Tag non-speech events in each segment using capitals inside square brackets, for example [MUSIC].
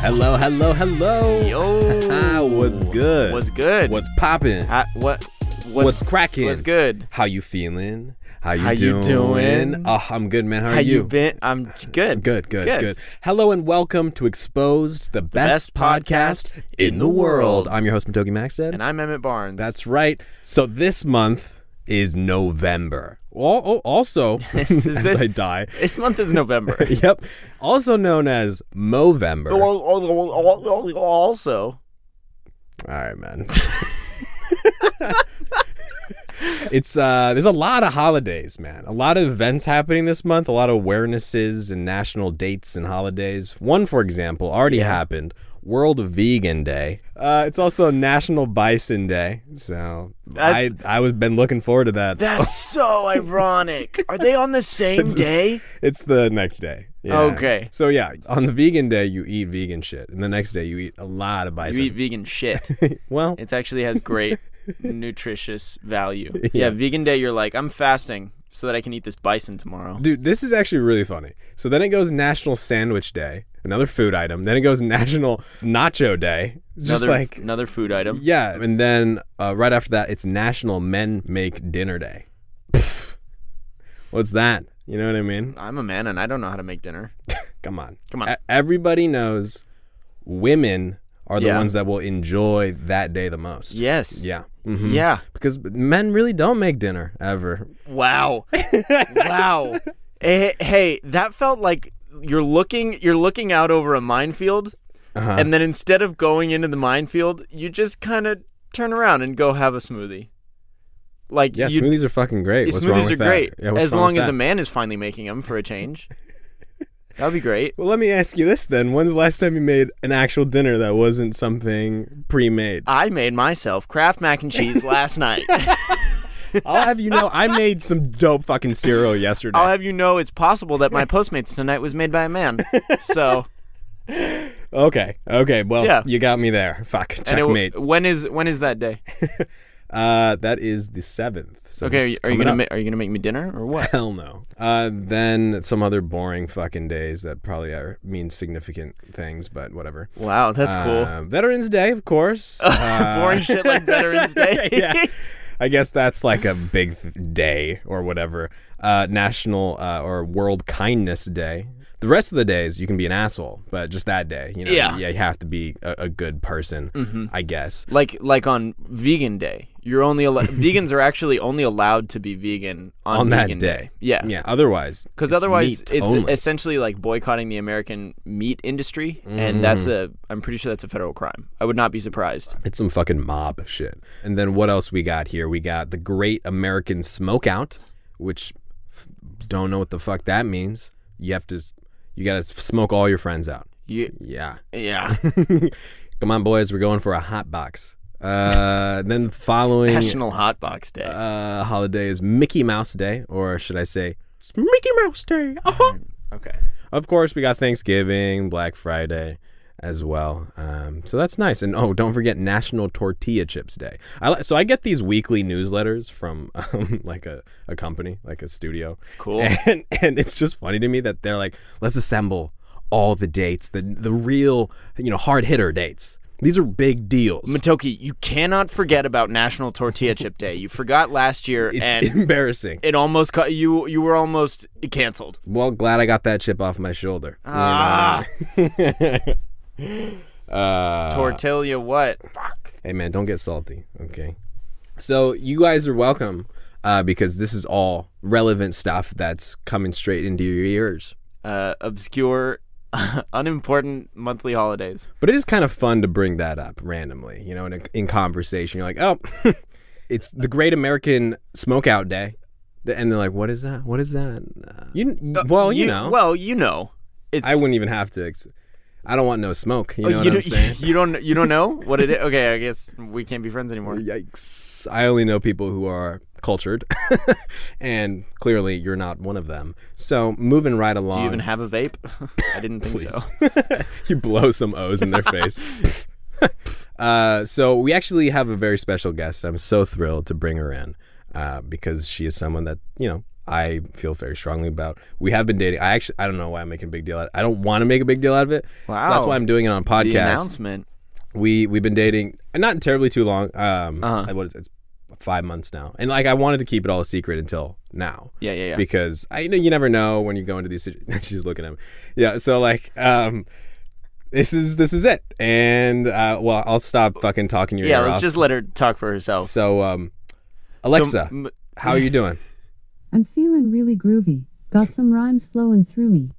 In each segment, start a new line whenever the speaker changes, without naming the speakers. Hello, hello, hello.
Yo,
[LAUGHS] what's good?
What's good?
What's poppin'?
Ha- what? What's,
What's, crackin'?
What's good?
How you feeling? How you
How
doing?
you doing?
Oh, I'm good, man. How,
How
are
you?
you?
been? I'm good.
Good, good, good, Hello and welcome to Exposed, the, best,
best
podcast
podcast
in
in
the
the
world.
world.
I'm your host, Matoki Maxted.
And I'm Emmett Barnes.
That's right. So this month is November. Oh, oh also,
[LAUGHS] This is
[LAUGHS] as
this-
I die.
this month is November.
[LAUGHS]
[LAUGHS]
Yep. Also known as Movember. All
also,
right, man. [LAUGHS] it's uh there's a lot of holidays, man. A lot of events happening this month, a lot of awarenesses and national dates and holidays. One, for example, already happened. World Vegan Day. Uh, it's also National Bison Day. So I
That's-
I was been looking forward to that. [LAUGHS]
that's so ironic. Are they on the same
It's- It's the next day. Yeah.
Okay.
So yeah, on the vegan day you eat vegan shit, and the next day you eat a lot of
You
bison.
eat
[LAUGHS]
vegan shit.
well,
It actually has great nutritious
[LAUGHS]
value. yeah, vegan day. You're like, I'm fasting so that I can eat this bison tomorrow.
dude, this is actually really funny. So then it goes National Sandwich Day, another food item. Then it goes [LAUGHS] National Nacho Day, [LAUGHS] just
another,
like
another food
[LAUGHS]
item.
yeah. And then uh, right after that, it's National Men Make Dinner Day. Pff. What's that? You know what I mean?
I'm a man and I don't know how to make dinner.
Come on.
Come on.
E- everybody knows women are the
Yeah.
ones that will enjoy that day the most.
Yes.
Yeah. Mhm.
Yeah.
Because men really don't make dinner ever.
Wow. wow. Hey, hey, that felt like you're looking you're looking out over a minefield
Uh-huh.
and then instead of going into the minefield, you just kind of turn around and go have a smoothie. Like
yeah,
you
smoothies are fucking great. What's wrong
smoothies
with
are
that?
great
Yeah, what's
as
wrong
long
with
as
that?
a man is finally making them for a change. That'd be great.
Well, let me ask you this then. When's the last time you made an actual dinner that wasn't something pre-made?
I made myself Kraft mac and cheese last night.
[LAUGHS] I'll have you know, I made some dope fucking cereal yesterday. [LAUGHS]
I'll have you know it's possible that my Postmates tonight was made by a man. So,
okay, okay. Well,
Yeah.
you got me there. Fuck,
and it,
checkmate.
when is when is that day?
uh, that is the seventh. So
Okay, are
it's
you, are you
coming
gonna
up.
ma- are you gonna make me dinner or what?
Hell no. Uh, then some other boring fucking days that probably are, mean significant things, but whatever.
Wow, that's cool.
Uh, Veterans Day, of [LAUGHS] course. Uh,
[LAUGHS] Boring
[LAUGHS]
shit like Veterans Day.
yeah. I guess that's like a big th- day or whatever. Uh, National uh, or World Kindness Day. The rest of the days you can be an asshole, but just that day, you know,
Yeah. Mm-hmm.
you have to be a, a good person, I guess.
[LAUGHS] Like like on Vegan Day, you're only
[LAUGHS]
al- vegans are actually only allowed to be vegan on,
On that
vegan
day.
Yeah,
Yeah. Otherwise,
Because otherwise,
meat
it's
only.
essentially like boycotting the American meat industry,
Mm-hmm.
and that's a I'm pretty sure that's a federal crime. I would not be surprised.
It's some fucking mob shit. And then what else we got here? We got the Great American Smokeout, which f- don't know what the fuck that means. You have to, s- you gotta s- smoke all your friends out.
You,
Yeah. [LAUGHS]
yeah,
Come on, boys, we're going for a hot box. Uh, then the following
National Hot Box Day.
uh, holiday is Mickey Mouse Day, or should I say, it's Mickey Mouse Day. Uh-huh.
okay.
Of course, we got Thanksgiving, Black Friday as well. Um, so that's nice. And oh, don't forget National Tortilla Chips Day. I, li- so I get these weekly newsletters from [LAUGHS] um, like a, a company, like a studio.
Cool.
[LAUGHS] And, and it's just funny to me that they're like, let's assemble all the dates, the, the real, you know, hard hitter dates. These are big deals.
Matoki, you cannot forget about National Tortilla Chip Day. You forgot last year,
[LAUGHS]
and
it's embarrassing.
it almost got you. You were almost canceled.
Well, glad I got that chip off my shoulder. You know what
Ah.
I mean? Ah. [LAUGHS] uh,
Uh, Tortilla what?
Hey man, don't get salty, okay? So you guys are welcome uh, because this is all relevant stuff that's coming straight into your ears.
Uh, obscure, [LAUGHS] unimportant monthly holidays.
But it is kind of fun to bring that up randomly, you know, in, a, in conversation. You're like, oh, [LAUGHS] it's the Great American Smokeout Day, and they're like, what is that? What is that? Uh, you well, you, know,
Well, you know. It's
I wouldn't even have to. Ex- I don't want no smoke. You
Oh,
know what
you
I'm
don't, [LAUGHS]
saying?
You don't. You don't know what it is. Okay, I guess we can't be friends anymore.
Yikes. I only know people who are cultured, [LAUGHS] and clearly you're not one of them. So, moving right along.
Do you even have a vape? [LAUGHS] I didn't
[LAUGHS]
think so. [LAUGHS]
you blow some O's in their face. [LAUGHS] uh, so, we actually have a very special guest. I'm so thrilled to bring her in uh, because she is someone that, you know, I feel very strongly about. We have been dating. I actually I don't know why I'm making a big deal out. I don't want to make a big deal out of it. So that's
Wow.
why I'm doing it on
The
podcast.
announcement.
we we've been dating and not terribly too long. Um,
Uh-huh.
I- what is it? It's five months now, and like I wanted to keep it all a secret until now.
Yeah, yeah, yeah.
Because I you know you never know when you go into these. situ- [LAUGHS] She's looking at me. Yeah. So like um. This is this is it, and uh, well, I'll stop fucking talking your
yeah,
ear
let's
off.
just let her talk for herself.
So, um, Alexa,
So, m-
how are you
[LAUGHS]
doing?
I'm feeling really groovy. Got some rhymes flowing through me.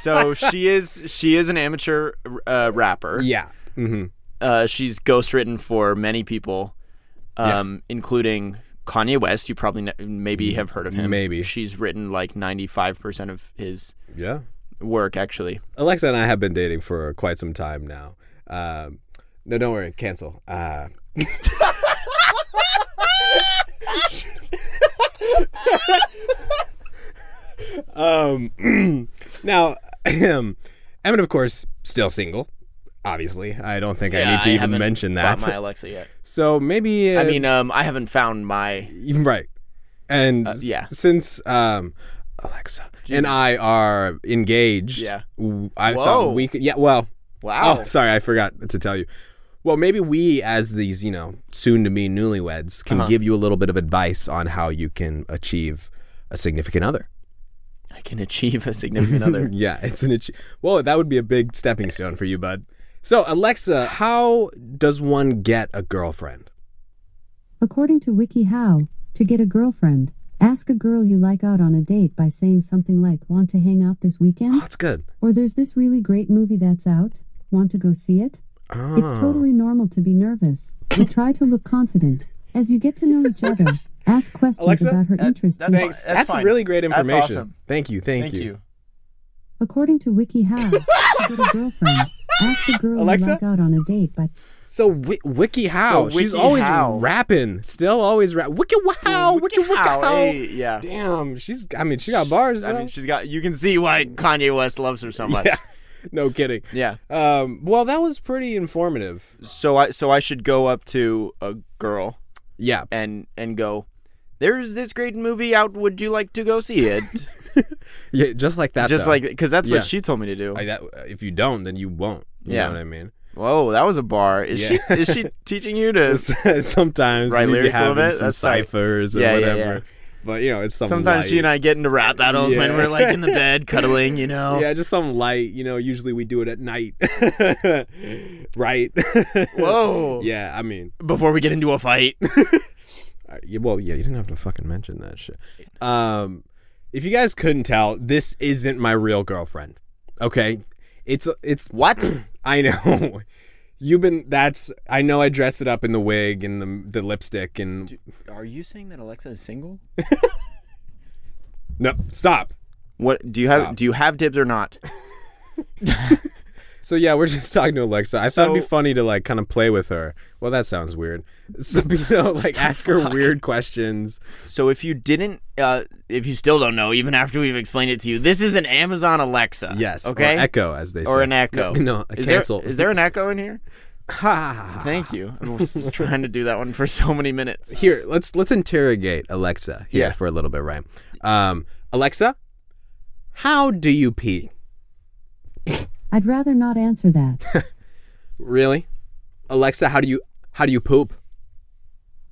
so she is she is an amateur uh, rapper.
yeah. hmm
Uh, she's ghostwritten for many people, um, including Kanye West. You probably kn- maybe have heard of him.
Mm, Maybe.
she's written like ninety five percent of his
Yeah.
work. Actually,
Alexa and I have been dating for quite some time now. Um, no, don't worry. Cancel. Uh, [LAUGHS] um, [CLEARS THROAT] now, [CLEARS THROAT] Emin, of course, still single. Obviously, I don't think I need to even mention that.
Bought my Alexa yet?
so maybe uh,
I mean, um, I haven't found my.
Even right. And
Uh, yeah.
since um, Alexa and I are engaged,
Yeah.
w- I
Whoa.
thought we could. Yeah, well,
Wow.
oh, sorry, I forgot to tell you. Well, maybe we, as these, you know, soon to be newlyweds, can give you a little bit of advice on how you can achieve a significant other. [LAUGHS]
I can achieve a significant other.
Yeah, it's an ach- well, that would be a big stepping stone for you, bud. So, Alexa, how does one get a girlfriend?
According to WikiHow, to get a girlfriend, ask a girl you like out on a date by saying something like, Want to hang out this
Oh,
weekend?
that's good.
Or there's this really great movie that's out. Want to go see it? It's
Oh.
totally normal to be nervous, but try to look confident. As you get to know each other, ask questions
Alexa, Uh,
about her
that-
interests.
that's
and-
fine.
Thanks. That's,
fine.
really great information.
That's awesome.
Thank you. [LAUGHS] Thank,
Thank
you.
you.
According to WikiHow, to get a girlfriend, ask a girl
Alexa?
you like out on a date by
So wi- Wiki How,
So
she's
Wiki
always
How.
rapping, still always rap. Wiki Wow, Wiki Wiki
Ow,
How.
Oh, hey, yeah.
Damn, she's. I mean, she got bars.
I
though.
mean, she's got. You can see why Kanye West loves her so much.
yeah. No kidding.
Yeah.
Um, well, that was pretty informative.
So I so I should go up to a girl
Yeah.
and and go. There's this great movie out. Would you like to go see
[LAUGHS]
it?
Yeah. Just like that.
Just
though.
like because that's
Yeah.
what she told me to do.
I, that, uh, if you don't, then you won't. You
Yeah.
know what I mean? [LAUGHS]
Whoa, that was a bar. Is
Yeah. [LAUGHS]
she is she teaching you to?
Sometimes
Write
we be
lyrics a little
having
bit?
some
That's like-
ciphers or
Yeah, yeah,
whatever.
yeah.
But you know, it's some
Sometimes she
light-
and I get into rap battles when
Yeah.
we're like in the bed cuddling, you
[LAUGHS]
know.
Yeah, just some light. You know, usually we do it at night, [LAUGHS] right? [LAUGHS]
Whoa.
yeah, I mean,
Before we get into a fight. [LAUGHS]
uh, yeah, well, yeah, you didn't have to fucking mention that shit. Um, if you guys couldn't tell, this isn't my real girlfriend. Okay, it's it's
what?
[CLEARS THROAT] I know. You've been. That's. I know. I dressed it up in the wig and the the lipstick and.
Are you saying that Alexa is single?
no, stop.
What do you
Stop.
have? Do you have dibs or not?
So yeah, we're [LAUGHS] just talking to Alexa. I thought it'd be
So-
funny to like kind of play with her. Well, that sounds weird. [LAUGHS] So you know, like ask her weird questions.
So if you didn't, uh, if you still don't know, even after we've explained it to you, this is an Amazon Alexa.
Yes.
Okay.
Or echo, as they say.
Or an
[LAUGHS]
Echo.
No, no,
is
cancel.
There, is there an Echo in here?
[LAUGHS] ha.
Thank you. I was [LAUGHS] trying to do that one for so many minutes.
Here, let's let's interrogate Alexa here
Yeah.
for a little bit, right? Um, Alexa, how do you pee?
I'd rather not answer that.
Really? Alexa, how do you how do you poop?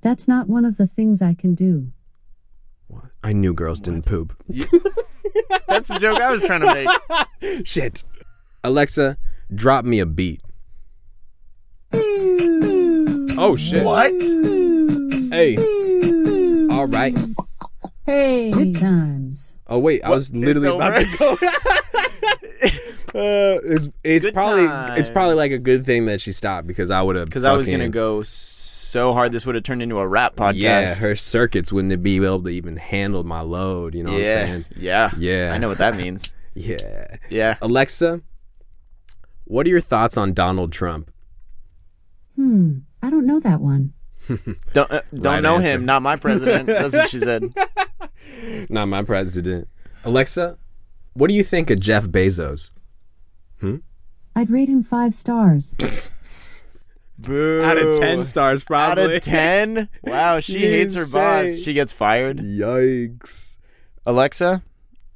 That's not one of the things I can do.
What? I knew girls didn't poop.
[LAUGHS] That's the joke I was trying to
[LAUGHS]
make.
Shit. Alexa, drop me a beat. Oh shit. Hey. All right.
Hey. Good times.
Oh wait, I was literally
It's
about to go.
[LAUGHS]
[LAUGHS] uh, it's it's
Good
probably it's probably like a
times.
good thing that she stopped because I would have
Because I was gonna go so hard, this would have turned into a rap podcast.
Yeah, her circuits wouldn't be able to even handle my load. You know what I'm
yeah,
saying?
yeah,
Yeah.
I know what that means.
Yeah. [LAUGHS]
Yeah.
Alexa, what are your thoughts on Donald Trump?
Hmm. I don't know that one.
Don't uh, don't
Right
know
answer.
him. Not
[LAUGHS]
my president. That's what she said.
Not my president. Alexa, what do you think of Jeff Bezos?
I'd rate him five stars.
Boo.
out of 10 stars
Out
probably.
of 10?
[LAUGHS]
Wow, she
You
hates her boss.
say.
She gets fired.
Yikes.
Alexa,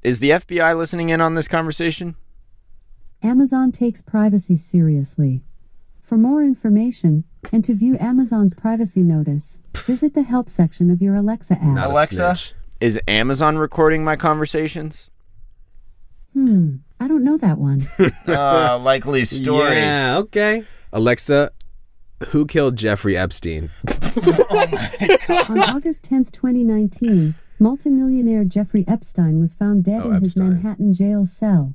is the FBI listening in on this conversation?
Amazon takes privacy seriously. For more information and to view Amazon's privacy notice, visit the help section of your Alexa app.
Not a
Alexa,
snitch.
is Amazon recording
[LAUGHS]
my conversations?
Hmm, I don't know that one.
Uh, likely story.
Yeah, okay. Alexa, who killed Jeffrey Epstein?
On August 10, 2019, multimillionaire Jeffrey Epstein was found dead
Oh,
in his
Epstein.
Manhattan jail cell.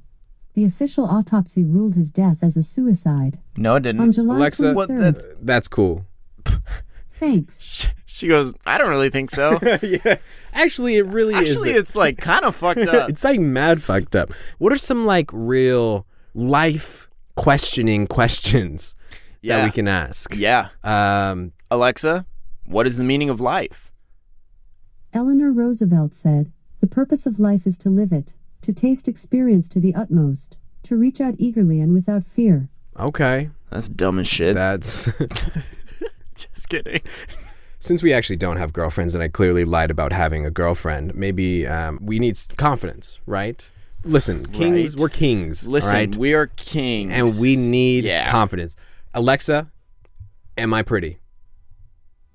The official autopsy ruled his death as a suicide.
No, it
On
didn't.
July
Alexa,
23rd,
What
the-
That's cool.
thanks.
[LAUGHS] She goes, I don't really think so.
[LAUGHS] yeah. Actually, it [LAUGHS] really is.
Actually, it's like
[LAUGHS]
kind of fucked up.
it's like mad fucked up. What are some like real life questioning questions that we can ask? [LAUGHS]
Yeah.
Um,
Alexa, what is the meaning of life?
Eleanor Roosevelt said, The purpose of life is to live it, to taste experience to the utmost, to reach out eagerly and without fear.
okay.
That's dumb as shit.
That's
[LAUGHS]
[LAUGHS]
Just kidding.
since we actually don't have girlfriends and I clearly lied about having a girlfriend, maybe um, we need s- confidence, right? Listen, kings,
Right.
we're kings. all
Listen,
right?
we are kings.
and we need
Yeah.
confidence. Alexa, am I pretty?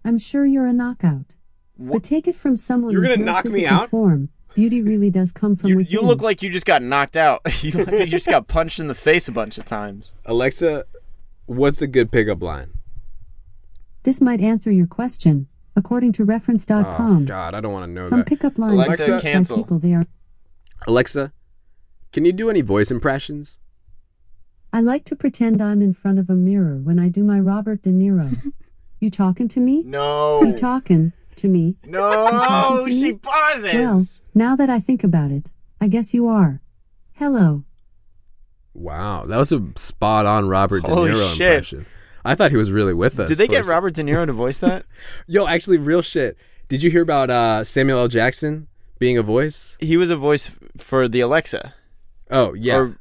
I'm sure you're a knockout. But take it from someone
You're
with
gonna
no
knock me
physical
out?
Form. Beauty really does come from
You,
within.
you look like you just got knocked out. [LAUGHS] you look like you just got punched in the face a bunch of
[LAUGHS]
times.
Alexa, what's a good pickup line?
This might answer your question, according to reference.com.
Oh, God, I don't want to know
some
that.
pickup lines
Alexa,
are picked
cancel.
by people they are.
Alexa, can you do any voice impressions?
I like to pretend I'm in front of a mirror when I do my Robert De Niro. you talking to me? You
No.
talking to me?
No,
[LAUGHS] talking to
she
me?
pauses.
Well, now that I think about it, I guess you are. Hello.
Wow, that was a spot on Robert
Holy
De Niro
shit.
impression. I thought he was really with us.
Did they get
first.
Robert De Niro to voice
[LAUGHS]
that?
Yo, actually, real shit. Did you hear about uh, Samuel L. Jackson being a voice?
he was a voice f- for the Alexa.
Oh yeah,
Or-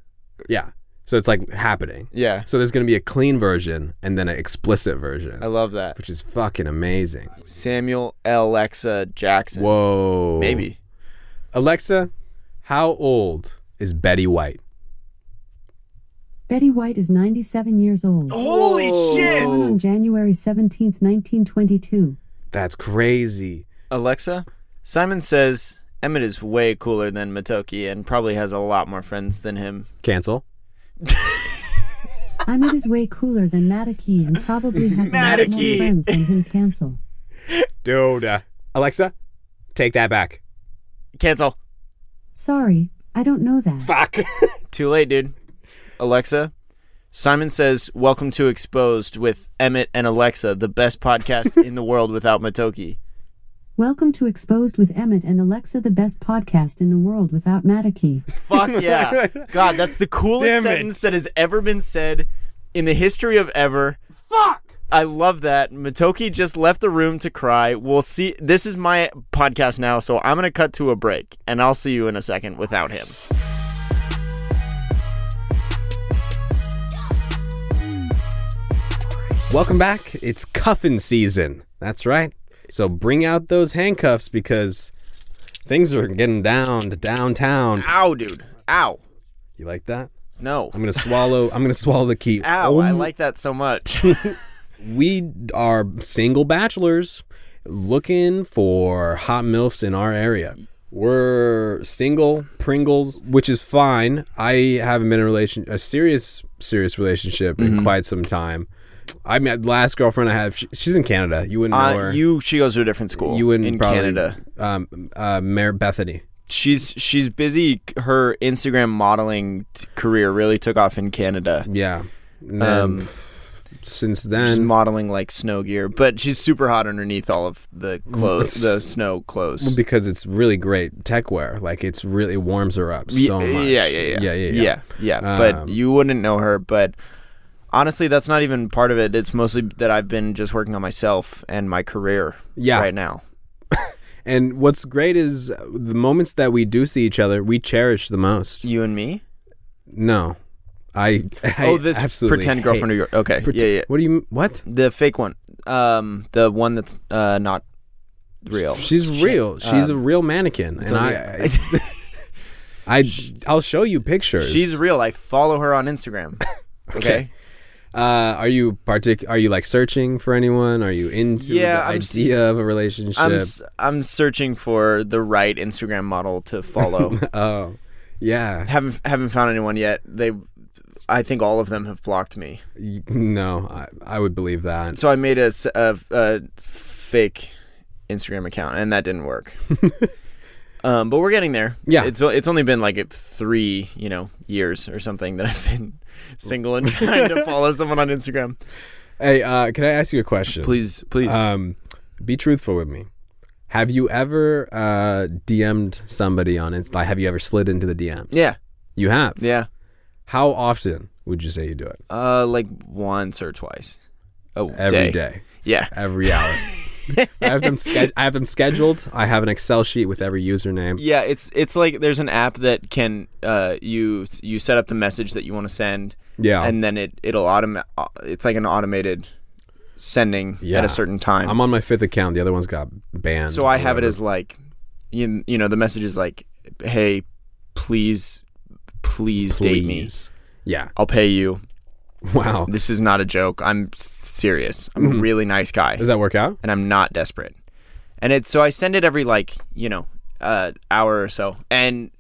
yeah. So it's like happening.
yeah.
So there's gonna be a clean version and then an explicit version,
I love that.
which is fucking amazing.
Samuel Alexa Jackson.
Whoa.
Maybe.
Alexa, how old is Betty White?
Betty White is 97 years old.
Holy
Born on January 17, 1922.
That's crazy.
Alexa, Simon says Emmett is way cooler than Matoki and probably has a lot more friends than him.
Cancel.
I'm it is way cooler than Mataki and probably has a lot more
Mataki.
friends than him cancel.
Dude. Alexa, take that back.
Cancel.
Sorry, I don't know
[LAUGHS]
that.
Fuck.
Too late, dude. Alexa, Simon says welcome to Exposed with Emmett and Alexa, the best podcast in the world without Matoki.
Welcome to Exposed with Emmett and Alexa, the best podcast in the world without Mataki.
[LAUGHS]
Fuck yeah. God, that's the coolest
Damn it.
sentence that has ever been said in the history of ever. Fuck! I love that. Matoki just left the room to cry. We'll see. This is my podcast now, so I'm going to cut to a break, and I'll see you in a second without him.
Welcome back. It's cuffin season. That's right. So bring out those handcuffs because things are getting down to downtown.
Ow, dude. Ow.
You like that?
No.
I'm gonna swallow. I'm gonna swallow the key.
Ow. I
Oh,
like that so [LAUGHS] much.
We are single bachelors looking for hot milfs in our area. We're single Pringles, which is fine. I haven't been in a relation a serious serious relationship
Mm-hmm.
in quite some time. I mean, last girlfriend I have, she, she's in Canada. You wouldn't know
uh,
her.
you. She goes to a different school.
you wouldn't
in
probably,
Canada.
Um, uh, Mayor Bethany.
She's she's busy. Her Instagram modeling t- career really took off in Canada.
Yeah. And then,
Um,
pff, since
She's
then,
modeling like snow gear, but she's super hot underneath all of the clothes, the snow clothes.
because it's really great tech wear, like it's really it warms her up so
Y-
much.
Yeah, yeah, yeah,
yeah, yeah.
yeah. yeah, But
Um,
you wouldn't know her. But honestly, that's not even part of it. It's mostly that I've been just working on myself and my career.
Yeah.
right now.
And what's great is uh, the moments that we do see each other, we cherish the most.
You and me.
No. I, [LAUGHS] I
oh, this
absolutely
pretend girlfriend
hate-
of yours. Okay,
[LAUGHS] Pret-
yeah, yeah.
What do you what?
The fake one, um, the one that's uh not real.
She's
Shit.
real. She's
Um,
a real mannequin, and
so [LAUGHS]
I, [LAUGHS] I, I, I'll show you pictures.
She's real. I follow her
[LAUGHS]
on Instagram. Okay.
Uh, are you partic? Are you like searching for anyone? Are you into
Yeah,
the
I'm s-
idea of a relationship?
I'm s- I'm searching for the right Instagram model
[LAUGHS]
to follow.
oh, yeah.
haven't haven't found anyone yet. They, I think all of them have blocked me.
Y- No, I, I would believe that.
So I made a, s- a- a fake Instagram account, and that
[LAUGHS]
didn't work. um, but we're getting there.
Yeah.
it's o- it's only been like three, you know, years or something that I've
[LAUGHS]
been single and trying to follow someone on Instagram.
Hey, uh, can I ask you a question?
Please, please.
Um, be truthful with me. Have you ever uh, DM'd somebody on Insta? Like, have you ever slid into the DMs?
yeah,
You have.
yeah.
How often would you say you do it?
Uh, like once or twice. Oh,
Every day,
Yeah.
every
[LAUGHS]
hour. I have them. Sched- I have them scheduled. I have an Excel sheet with every username.
Yeah, it's it's like there's an app that can uh you you set up the message that you want to send.
Yeah.
And then it it'll automate. It's like an automated sending at
Yeah.
a certain time.
I'm on my fifth account. The other one's got banned.
so I have it
whatever.
as like, you, you know, the message is like, hey, please, please, date me.
Please. Yeah. [LAUGHS]
I'll pay you.
Wow.
This is not a joke. I'm s- serious. I'm
Mm-hmm.
a really nice guy,
Does that work out?
and I'm not desperate. And it's so I send it every like you know, uh, hour or so, and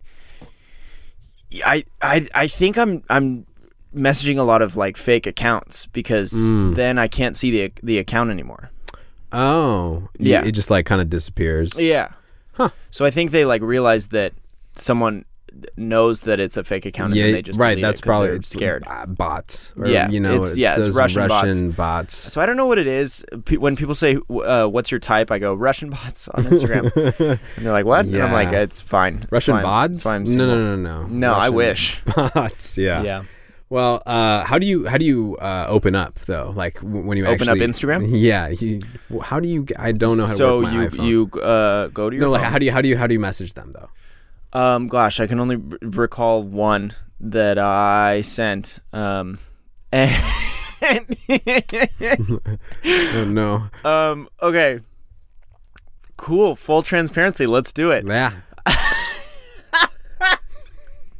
I I I think I'm I'm messaging a lot of like fake accounts because
Mm.
then I can't see the the account anymore.
Oh. Y-
Yeah.
It just like kind of disappears.
Yeah.
Huh.
So I think they like realize that someone knows that it's a fake account and then they just
right.
delete it
That's
'cause
probably
they're
it's
scared.
b- bots. Or,
Yeah,
You know,
it's- yeah, it's
those
Russian bots.
bots.
So I don't know what it is. Pe- when people say uh, what's your type, I go Russian bots
[LAUGHS]
on Instagram, and they're like, "What?" And I'm like,
Yeah.
"It's fine."
Russian
It's fine.
bots?
It's fine. I'm
no,
single."
no, no, no.
No, I
Russian
wish.
[LAUGHS] bots. Yeah.
Yeah.
Well, uh, how do you how do you uh, open up though? Like w- when you
Open up
actually- [LAUGHS]
Instagram?
Yeah. You, w- how do you? g- I don't know how to
so
work my
you
iPhone.
you uh, go to your
no, like
phone.
how do you how do you how do you message them though?
Um, gosh, I can only r- recall one that I sent. Um, [LAUGHS] and
Oh no. [LAUGHS]
um, okay, cool. Full transparency. Let's do it.
Yeah.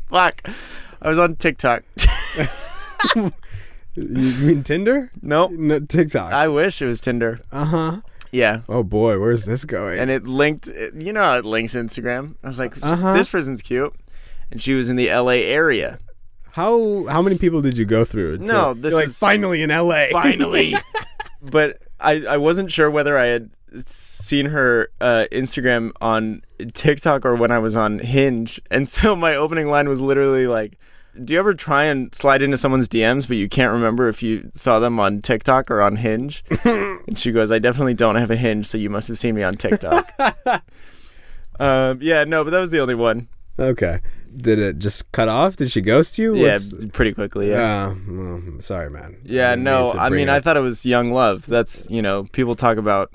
Fuck, I was on TikTok. [LAUGHS]
You mean Tinder?
nope.
No, TikTok.
I wish it was Tinder.
uh huh.
Yeah.
Oh boy, where's this going?
And it linked, it- you know, how it links Instagram. I was like,
Uh-huh.
this person's cute. And she was in the LA area.
how how many people did you go through? to-
No, this
you're like
is-
finally in L.A.
[LAUGHS] Finally. but I, I wasn't sure whether I had seen her uh, Instagram on TikTok or when I was on Hinge. [LAUGHS] And so my opening line was literally like, do you ever try and slide into someone's DMs, but you can't remember if you saw them on TikTok or
[LAUGHS]
on Hinge? and she goes, I definitely don't have a Hinge, so you must have seen me on TikTok.
[LAUGHS]
um, yeah, no, but that was the only one.
[LAUGHS] Okay. Did it just cut off? Did she ghost you?
Yeah,
What's-
pretty quickly. Yeah.
Uh, mm, sorry, man.
Yeah.
didn't
No,
mean to
I
bring
mean,
it
I
up.
thought it was young love. That's you know, people talk about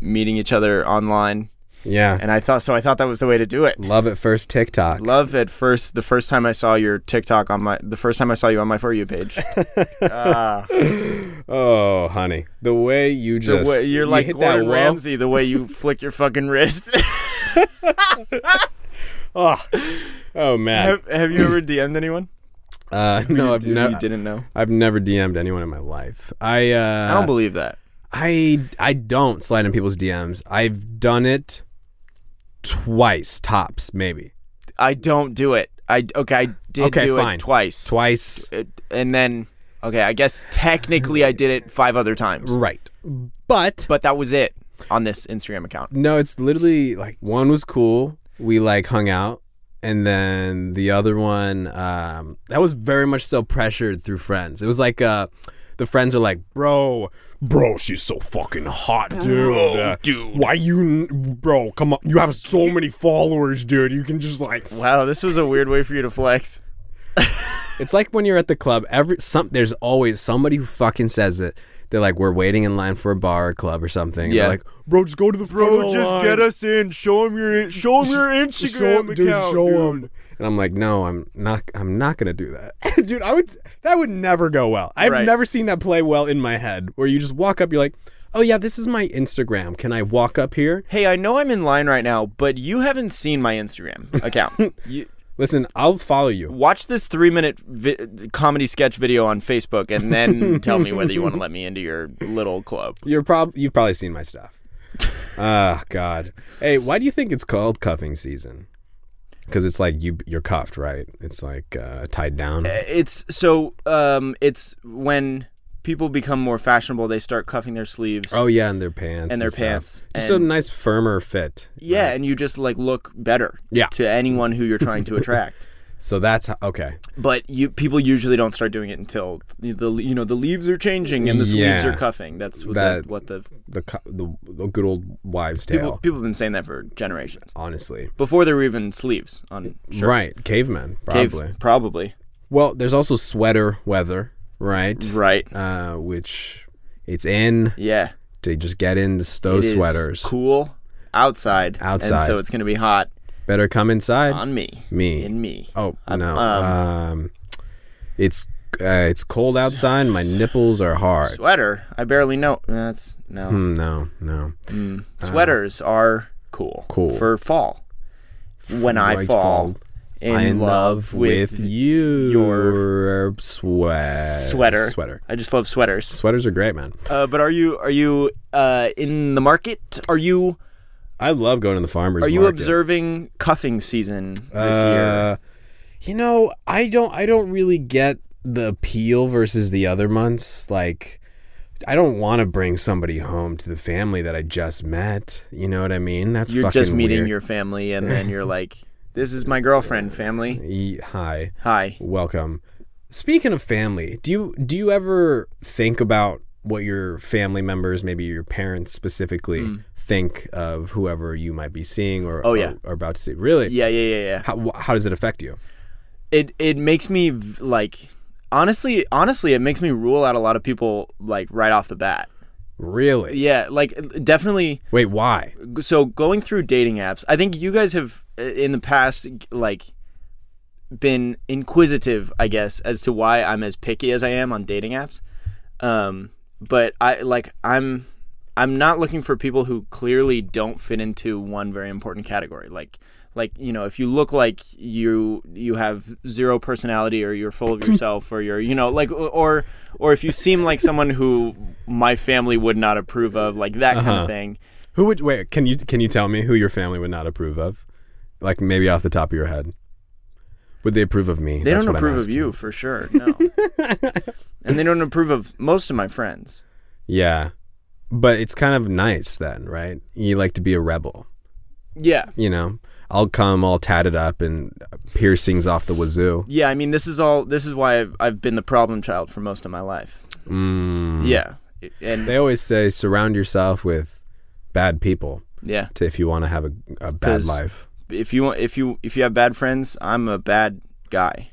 meeting each other online,
yeah.
and I thought so. I thought that was the way to do it.
Love at first TikTok.
Love at first. The first time I saw your TikTok on my, the first time I saw you on my for
[LAUGHS]
you page, Ah,
Oh, honey, the way you
the
just
way, you're
you
like
hit
Gordon
that
Ramsay. The
[LAUGHS]
way you flick your fucking wrist.
Wall. Oh, oh man.
[LAUGHS] have, have you ever DM'd anyone?
Uh, [LAUGHS] no, I've
Dude,
never.
you didn't know.
I've never DM'd anyone in my life. I uh,
I don't believe that.
I I don't slide in people's DMs. I've done it twice, tops maybe.
I don't do it. I okay. I did
Okay,
do
fine.
it twice.
Twice.
it, and then okay, I guess technically I did it five other times,
Right. But
but that was it on this Instagram account.
no, it's literally like one was cool. We like hung out and then the other one um that was very much so pressured through friends. It was like uh the friends are like, bro, bro, she's so fucking hot, dude. Uh,
dude.
why you, bro? Come on, you have so many followers, dude. You can just like
Wow, this was a weird way for you to flex.
It's like when you're at the club. Every some there's always somebody who fucking says it. They're like, we're waiting in line for a bar or club or something. and
Yeah.
They're like, bro, just go to the front of the line.
us in. Show him your show him your
Show 'em, dude, show 'em." And I'm like, no, I'm not. I'm not gonna do that, [LAUGHS] dude. I would. That would never go well. I've
Right.
never seen that play well in my head, where you just walk up, you're like, oh yeah, this is my Instagram. Can I walk up here?
Hey, I know I'm in line right now, but you haven't seen my Instagram
[LAUGHS]
account. you,
Listen, I'll follow you.
watch this three minute vi- comedy sketch video on Facebook and
[LAUGHS]
then tell me whether you want to let me into your little club.
You're prob- You've probably seen my stuff.
[LAUGHS]
Ah, God. Hey, why do you think it's called cuffing season? Because it's like you you're cuffed, right? It's like uh, tied down.
It's so um, it's when people become more fashionable, they start cuffing their sleeves.
Oh yeah, and their pants.
And their
stuff.
pants,
Just
and-
a nice firmer fit.
yeah, and you just like look better
Yeah.
to anyone who you're
[LAUGHS]
trying to attract.
So that's how, okay.
but you people usually don't start doing it until the, the you know the leaves are changing and the sleeves
Yeah.
are cuffing. That's what,
That-
the, what the
The cu- the, the good old wives' tale.
people people have been saying that for generations
honestly,
before there were even sleeves on shirts.
right? Cavemen
Cave-
probably.
probably
Well, there's also sweater weather, right?
right.
Uh, which it's in
Yeah,
to just get into
It
those
is
sweaters.
cool outside.
Outside.
and so it's gonna be hot
Better come inside.
on me.
Me.
in me.
Oh
I-
no. Um,
um,
it's uh, it's cold outside. My nipples are hard.
sweater. I barely know. That's no.
Mm, no, no.
Sweaters are cool.
Uh, Cool.
for fall. When I
Like
fall,
fall.
in,
I am
love with
you.
your
sweat
sweater.
Sweater.
I just love sweaters.
Sweaters are great, man.
Uh, but are you are you uh, in the market? Are you
I love going to the farmers.
are you
market.
observing cuffing season this year?
Uh, You know, I don't. I don't really get the appeal versus the other months. Like, I don't want to bring somebody home to the family that I just met. You know what I mean? That's
You're
fucking
just meeting
weird.
your family, and
[LAUGHS]
then you're like, "This is my girlfriend, family.
E- hi.
Hi."
Welcome. Speaking of family, do you do you ever think about what your family members, maybe your parents specifically, think of whoever you might be seeing or
Hmm. Oh,
or-
yeah.
or about to see? Really?
Yeah, yeah, yeah, yeah.
How wh- how does it affect you?
It it makes me v- like honestly, honestly, it makes me rule out a lot of people like right off the bat.
Really?
Yeah, like definitely.
Wait, why?
so going through dating apps, I think you guys have uh, in the past like been inquisitive, I guess, as to why I'm as picky as I am on dating apps. Um, but I like I'm I'm not looking for people who clearly don't fit into one very important category. Like like you know, if you look like you you have zero personality or you're full of yourself or you're you know like or or if you seem like someone who my family would not approve of, like that kind of thing.
Who would wait? Can you can you tell me who your family would not approve of? Like maybe off the top of your head, would they approve of me?
They
That's
don't
what I'm
approve of
asking.
you for sure. [LAUGHS] No. and they don't approve of most of my friends.
Yeah, but it's kind of nice then, right? You like to be a rebel.
Yeah.
you know, I'll come all tatted up and piercings off the wazoo.
Yeah, I mean this is all this is why I've, I've been the problem child for most of my life.
Mm.
Yeah. And
They always say surround yourself with bad people
yeah,
to, if you want to have a, a bad
'Cause-
life.
if you want if you if you have bad friends, I'm a bad guy.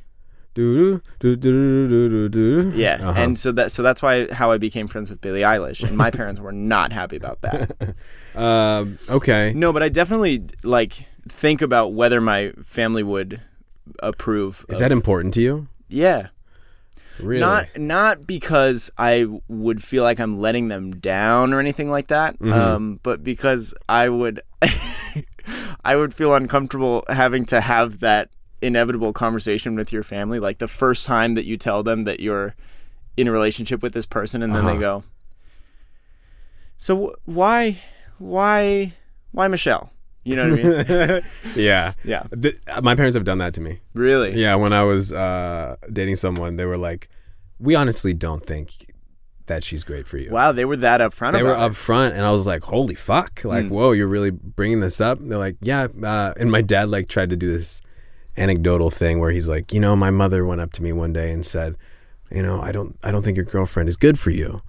Do do do do do do.
Yeah.
Uh-huh.
And so that so that's why how I became friends with Billie Eilish and my parents were not happy about that. [LAUGHS]
Um, okay.
No, but I definitely like think about whether my family would approve
Is
of-
that important to you?
Yeah.
Really?
Not not because I would feel like I'm letting them down or anything like that,
Mm-hmm.
um, but because I would [LAUGHS] I would feel uncomfortable having to have that inevitable conversation with your family, like the first time that you tell them that you're in a relationship with this person, and then they
Uh-huh.
go, "So wh- why why why Michelle?" You know what
[LAUGHS]
I mean?
yeah.
yeah,
Th- my parents have done that to me.
really.
Yeah, when I was uh, dating someone, they were like, "We honestly don't think that she's great for you."
Wow, they were that upfront.
they were
about it. Mm.
up front and i was like holy fuck like whoa you're really bringing this up and they're like yeah uh, and my dad like tried to do this anecdotal thing where he's like you know my mother went up to me one day and said you know i don't i don't think your girlfriend is good for you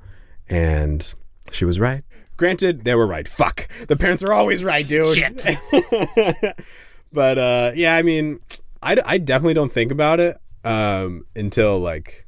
and she was right granted they were right fuck the parents are always right dude Shit. [LAUGHS] but uh yeah i mean I, d- I definitely don't think about it um until like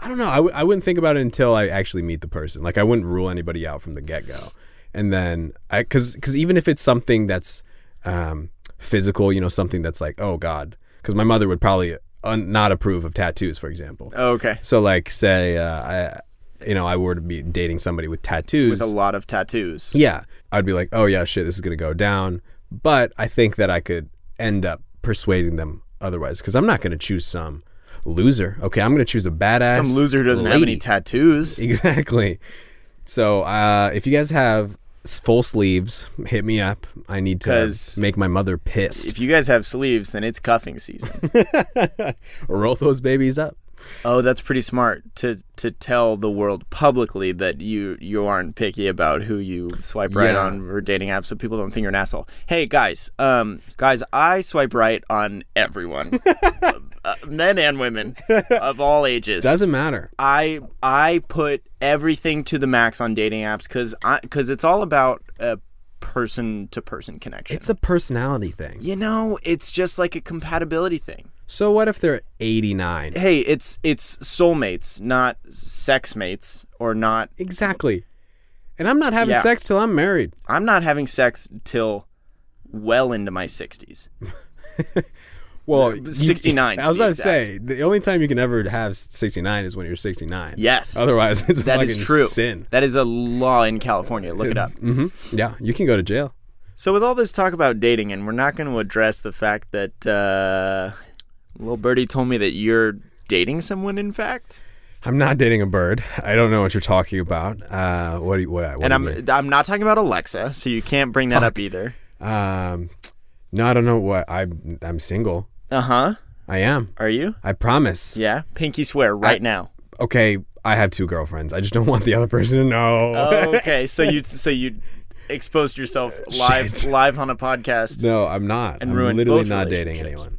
I don't know. I w- I wouldn't think about it until I actually meet the person. Like I wouldn't rule anybody out from the get go. And then I, because even if it's something that's um, physical, you know, something that's like, oh God, 'cause because my mother would probably un- not approve of tattoos, for example.
Oh, Okay.
So like, say uh, I, you know, I were to be dating somebody with tattoos,
With a lot of tattoos.
yeah, I'd be like, oh yeah, shit, this is gonna go down. But I think that I could end up persuading them otherwise because I'm not gonna choose some loser. Okay, I'm gonna choose a badass.
Some loser doesn't have any
lady. [LAUGHS]
tattoos.
Exactly. So uh, if you guys have s- full sleeves, hit me up. I need to
'Cause-
make my mother
[LAUGHS]
pissed.
If you guys have sleeves, then it's
[LAUGHS]
cuffing season.
Roll those babies up.
oh, that's pretty smart to to tell the world publicly that you you aren't picky about who you swipe right
Yeah.
on or dating apps, so people don't think you're an asshole. Hey guys, um, guys, I swipe right on
[LAUGHS]
everyone, uh, men and women of all ages.
Doesn't matter.
I I put everything to the max on dating apps because because it's all about a person to person connection.
It's a personality thing.
you know, it's just like a compatibility thing.
So what if they're 89?
Hey, it's it's soulmates, not sex mates, or not.
Exactly. And I'm not having
Yeah.
sex till I'm married.
I'm not having sex till well into my sixties.
Well, you-
69
I was
Uh, to be
about to
exact.
say the only time you can ever have 69 is when you're 69.
Yes.
Otherwise, [LAUGHS] it's a
That
fucking
is true.
sin.
That is a law in California. Look
[LAUGHS]
it up.
hmm Yeah, you can go to jail.
So with all this talk about dating, and we're not going to address the fact that uh, little birdie told me that you're dating someone. In fact,
I'm not dating a bird. I don't know what you're talking about. Uh, what do you, what, I- what
and
do
I'm
you mean?
I'm not talking about Alexa, so you can't bring that up either.
Um, no, I don't know what I'm. I'm single.
Uh huh.
I am.
Are you?
I promise.
Yeah. Pinky swear right now.
Okay, I have two girlfriends. I just don't want the other person to know.
Oh. okay.
[LAUGHS]
So you so you exposed yourself live
Uh, Shit.
live on a podcast.
no, I'm not.
And
I'm
ruin
literally
both
not dating
relationships.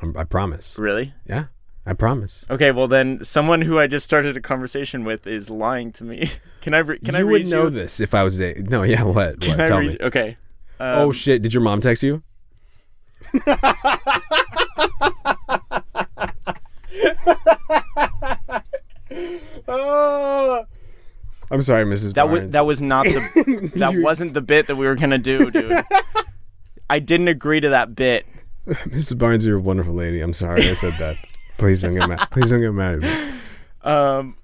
anyone. I'm, I promise.
Really?
Yeah, I promise.
Okay. Well, then someone who I just started a conversation with is lying to me. [LAUGHS] Can I re- can
you
I
would
read
know
you?
this if I was dating. No, yeah, [LAUGHS] what?
Can
what?
I
Tell
read
me.
you- um, Okay.
oh shit! Did your mom text
[LAUGHS]
you? I'm sorry, Mrs.
That was
[LAUGHS] Barnes.
that was not
[LAUGHS]
the [LAUGHS] that wasn't the bit that we were gonna do, dude. I didn't agree to that bit.
Mrs. Barnes, you're a wonderful lady. I'm sorry I said that. Please don't get
[LAUGHS]
mad. Please don't get mad at me.
Um,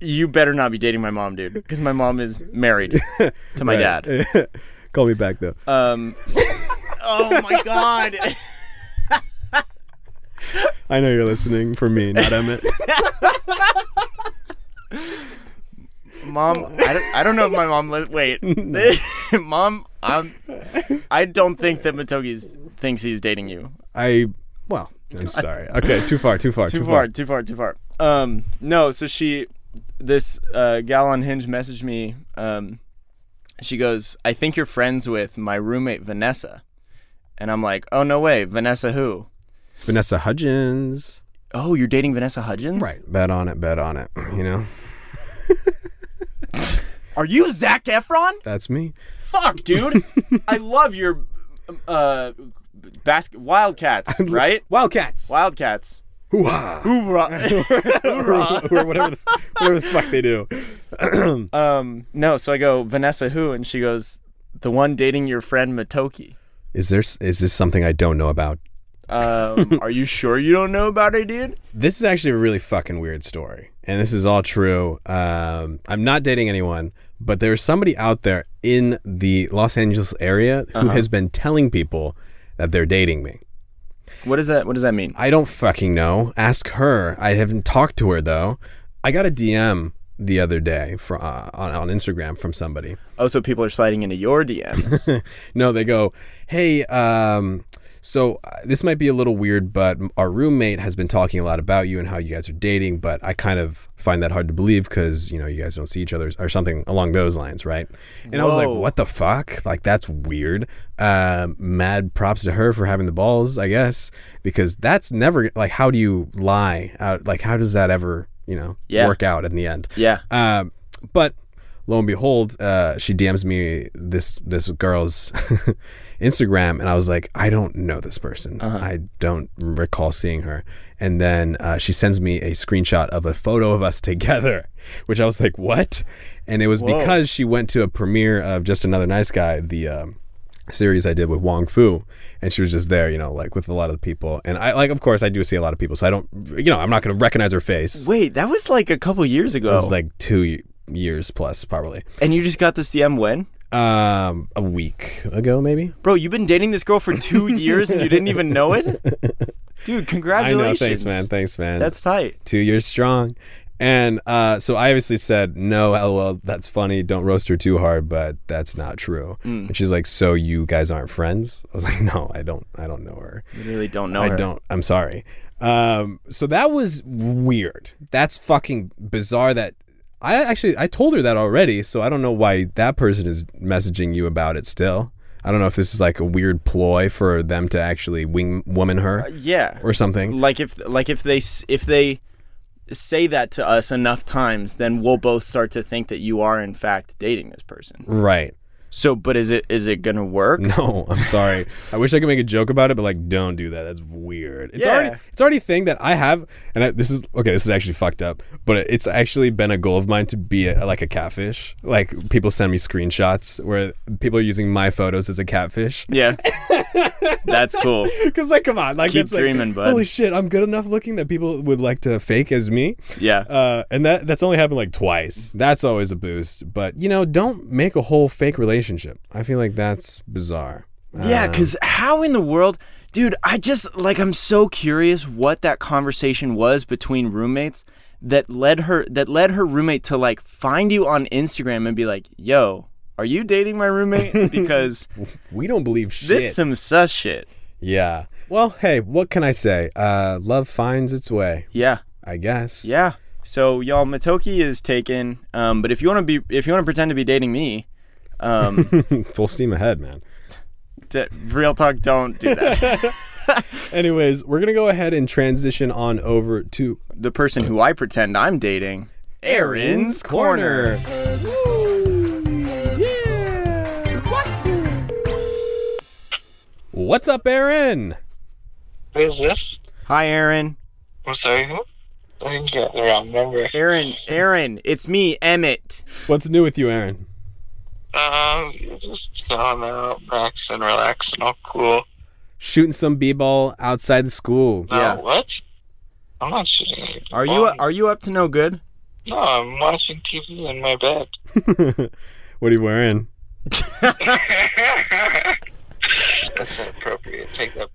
you better not be dating my mom, dude, because my mom is
[LAUGHS]
married to my dad.
dad. [LAUGHS] Call me back though.
Um,
[LAUGHS]
oh my god. [LAUGHS]
I know you're listening for me, not
[LAUGHS]
Emmett.
Mom, I don't, I don't know if my mom. Li- wait,
[LAUGHS]
[LAUGHS] mom, I'm. I don't think that Matogi's thinks he's dating you.
I well, I'm sorry. Okay, too far, too far, too,
Too far, too far, too far. Um, no. So she, this uh, gal on Hinge messaged me. Um, she goes, "I think you're friends with my roommate Vanessa," and I'm like, "Oh no way, Vanessa who?
Vanessa Hudgens.
Oh, you're dating Vanessa Hudgens?
Bet on it, bet on it. You know?
Are you Zach Efron?
That's me.
Fuck, dude.
[LAUGHS]
I love your uh, basket
[LAUGHS]
Wildcats, right?
Wildcats.
Wildcats. [LAUGHS]
Hoo-ha.
Hoorah.
or whatever the, whatever the fuck they do.
um, no. So I go, Vanessa who? And she goes, the one dating your friend Matoki.
Is there s- is this something I don't know about?
Um, are you sure you don't know about it, dude?
This is actually a really fucking weird story, and this is all true. Um, I'm not dating anyone, but there's somebody out there in the Los Angeles area who has been telling people that they're dating me.
What does that? What does that mean?
I don't fucking know. Ask her. I haven't talked to her though. I got a DM the other day fro- uh, on, on Instagram from somebody.
Oh, so people are sliding into your DMs.
No, they go, hey, um, so uh, this might be a little weird, but our roommate has been talking a lot about you and how you guys are dating, but I kind of find that hard to believe because, you know, you guys don't see each other or something along those lines, right? And I was like,
Whoa.
what the fuck? Like, that's weird. Um, mad props to her for having the balls, I guess, because that's never, like, how do you lie? out like, how does that ever, you know,
Yeah.
work out in the end?
yeah.
Um, but lo and behold, uh, she DMs me this this girl's [LAUGHS] Instagram, and I was like, I don't know this person. I don't recall seeing her. And then uh, she sends me a screenshot of a photo of us [LAUGHS] together, which I was like, what? And it was
Whoa.
because she went to a premiere of Just Another Nice Guy, the um, series I did with Wong Fu, and she was just there, you know, like with a lot of the people. And I like, of course, I do see a lot of people, so I don't, you know, I'm not going to recognize her face.
Wait, that was like a couple years ago.
This is like two y- years plus, probably.
and you just got this DM when?
Um, a week ago, maybe.
Bro, you've been dating this girl for two years and you didn't even know it? Dude,
I
congratulations.
know. Thanks, man. Thanks, man.
That's tight.
two years strong. And uh, so I obviously said, no, lol, that's funny. Don't roast her too hard, but that's not true.
Mm.
And she's like, so you guys aren't friends? I was like, [LAUGHS] no, I don't. I don't know her.
You really don't know
I
her.
don't. I'm sorry. Um, so that was weird. That's fucking bizarre. That I actually I told her that already. So I don't know why that person is messaging you about it still. I don't know if this is like a weird ploy for them to actually wing woman
Uh,
her
Yeah.
or something.
Like if like if they s- if they say that to us enough times, then we'll both start to think that you are in fact dating this person.
Right.
So, but is it is it going to work?
[LAUGHS] No, I'm sorry. I wish I could make a joke about it, but like, don't do that. That's weird. It's
Yeah.
already it's already a thing that I have, and I, this is okay. This is actually fucked up, but it's actually been a goal of mine to be a, like a catfish. Like people send me screenshots where people are using my photos as a catfish. [LAUGHS]
Yeah. That's cool.
Because like, come on, like
Keep
it's like,
dreaming, bud.
Holy shit, I'm good enough looking that people would like to fake as me.
Yeah.
Uh, and that that's only happened like twice. That's always a boost. But you know, don't make a whole fake relationship. I feel like that's bizarre.
Yeah, because how in the world, dude? I just like I'm so curious what that conversation was between roommates that led her that led her roommate to like find you on Instagram and be like, "Yo, are you dating my
[LAUGHS]
roommate?" Because
We don't believe shit.
this is some sus shit.
Yeah. Well, hey, what can I say? Uh, love finds its way,
Yeah,
I guess.
yeah. So y'all, Matoki is taken. Um, but if you want to be, if you want to pretend to be dating me, um,
Full steam ahead, man.
d- real talk, don't do [LAUGHS] that.
Anyways, we're gonna go ahead and transition on over to
the person who I pretend I'm dating, Aaron's corner.
What's up, Aaron?
Who is this?
Hi, Aaron.
I'm sorry, who? I think you got the wrong number.
Aaron, Aaron, it's me, Emmett.
What's new with you, Aaron?
Um, just chilling out, relaxing, relaxing, all cool.
Shooting some b-ball outside the school.
No,
Yeah.
what? I'm not shooting any
Are you
ball.
are you up to no good?
No, I'm watching TV in my bed.
What are you wearing?
That's inappropriate. Take that.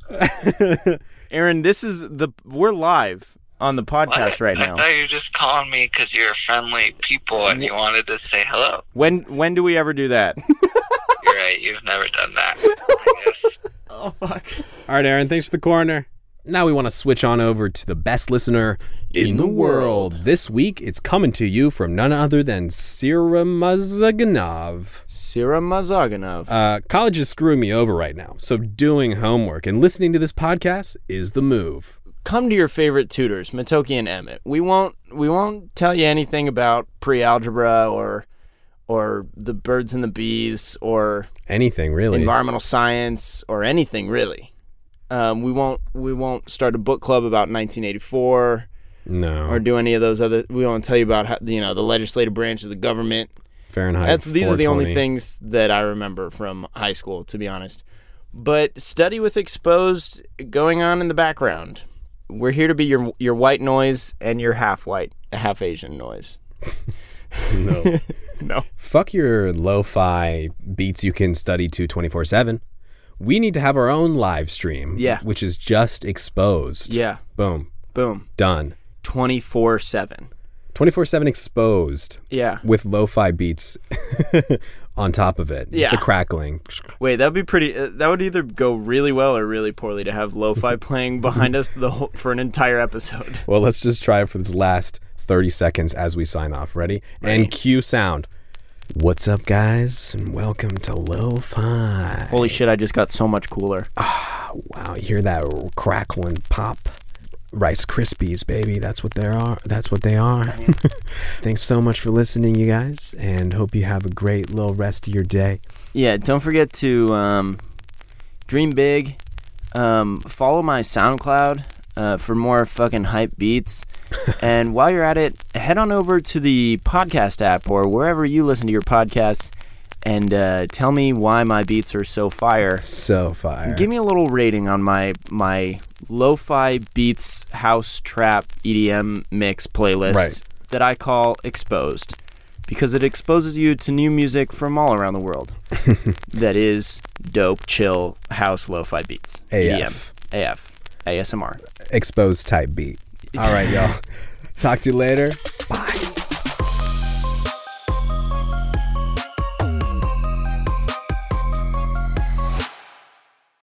back.
Aaron, this is the we're live on the podcast right
I
now.
thought you were just calling me because you're friendly people and you wanted to say hello.
When when do we ever do that?
You're right. You've never
[LAUGHS]
done that. I guess.
oh fuck.
All right, Aaron, thanks for the corner. Now we want to switch on over to the best listener in, the world. This week, it's coming to you from none other than Sira Mazaganov.
[LAUGHS] Sira Mazaganov.
Uh, college is screwing me over right now, so doing homework and listening to this podcast is the move.
Come to your favorite tutors, Matoki and Emmett. We won't we won't tell you anything about pre-algebra or or the birds and the bees or
Anything, really.
environmental science or anything really. Um, we won't we won't start a book club about 1984.
no.
or do any of those other. We want to tell you about how, you know the legislative branch of the government.
Fahrenheit.
That's these are the only
420.
things that I remember from high school, to be honest. But study with exposed going on in the background. We're here to be your your white noise and your half white, half Asian noise.
No.
No.
Fuck your lo fi beats you can study to 24 7. We need to have our own live stream,
Yeah.
which is just exposed.
Yeah.
Boom.
Boom.
Done.
Twenty four seven.
24 7 exposed
Yeah.
with lo fi beats [LAUGHS] on top of it. Just
Yeah.
the crackling.
Wait, that'd be pretty. Uh, that would either go really well or really poorly to have lo-fi [LAUGHS] playing behind us the whole, for an entire episode.
Well, let's just try it for this last 30 seconds as we sign off. Ready? And cue sound. What's up, guys? And welcome to Lo Fi.
Holy shit! I just got so much cooler.
Wow, you hear that crackling pop? Rice Krispies, baby. That's what they are. That's what they are. [LAUGHS] Thanks so much for listening, you guys, and hope you have a great little rest of your day.
Yeah, don't forget to um, dream big. Um, follow my SoundCloud uh, for more fucking hype beats. and while you're at it, head on over to the podcast app or wherever you listen to your podcasts and uh, tell me why my beats are so fire.
So fire.
Give me a little rating on my my lo-fi beats house trap EDM mix playlist
Right.
that I call Exposed because it exposes you to new music from all around the world that is dope, chill house lo-fi beats. E
AF.
EDM, AF, ASMR.
Exposed type beat. All right, y'all. Talk to you later.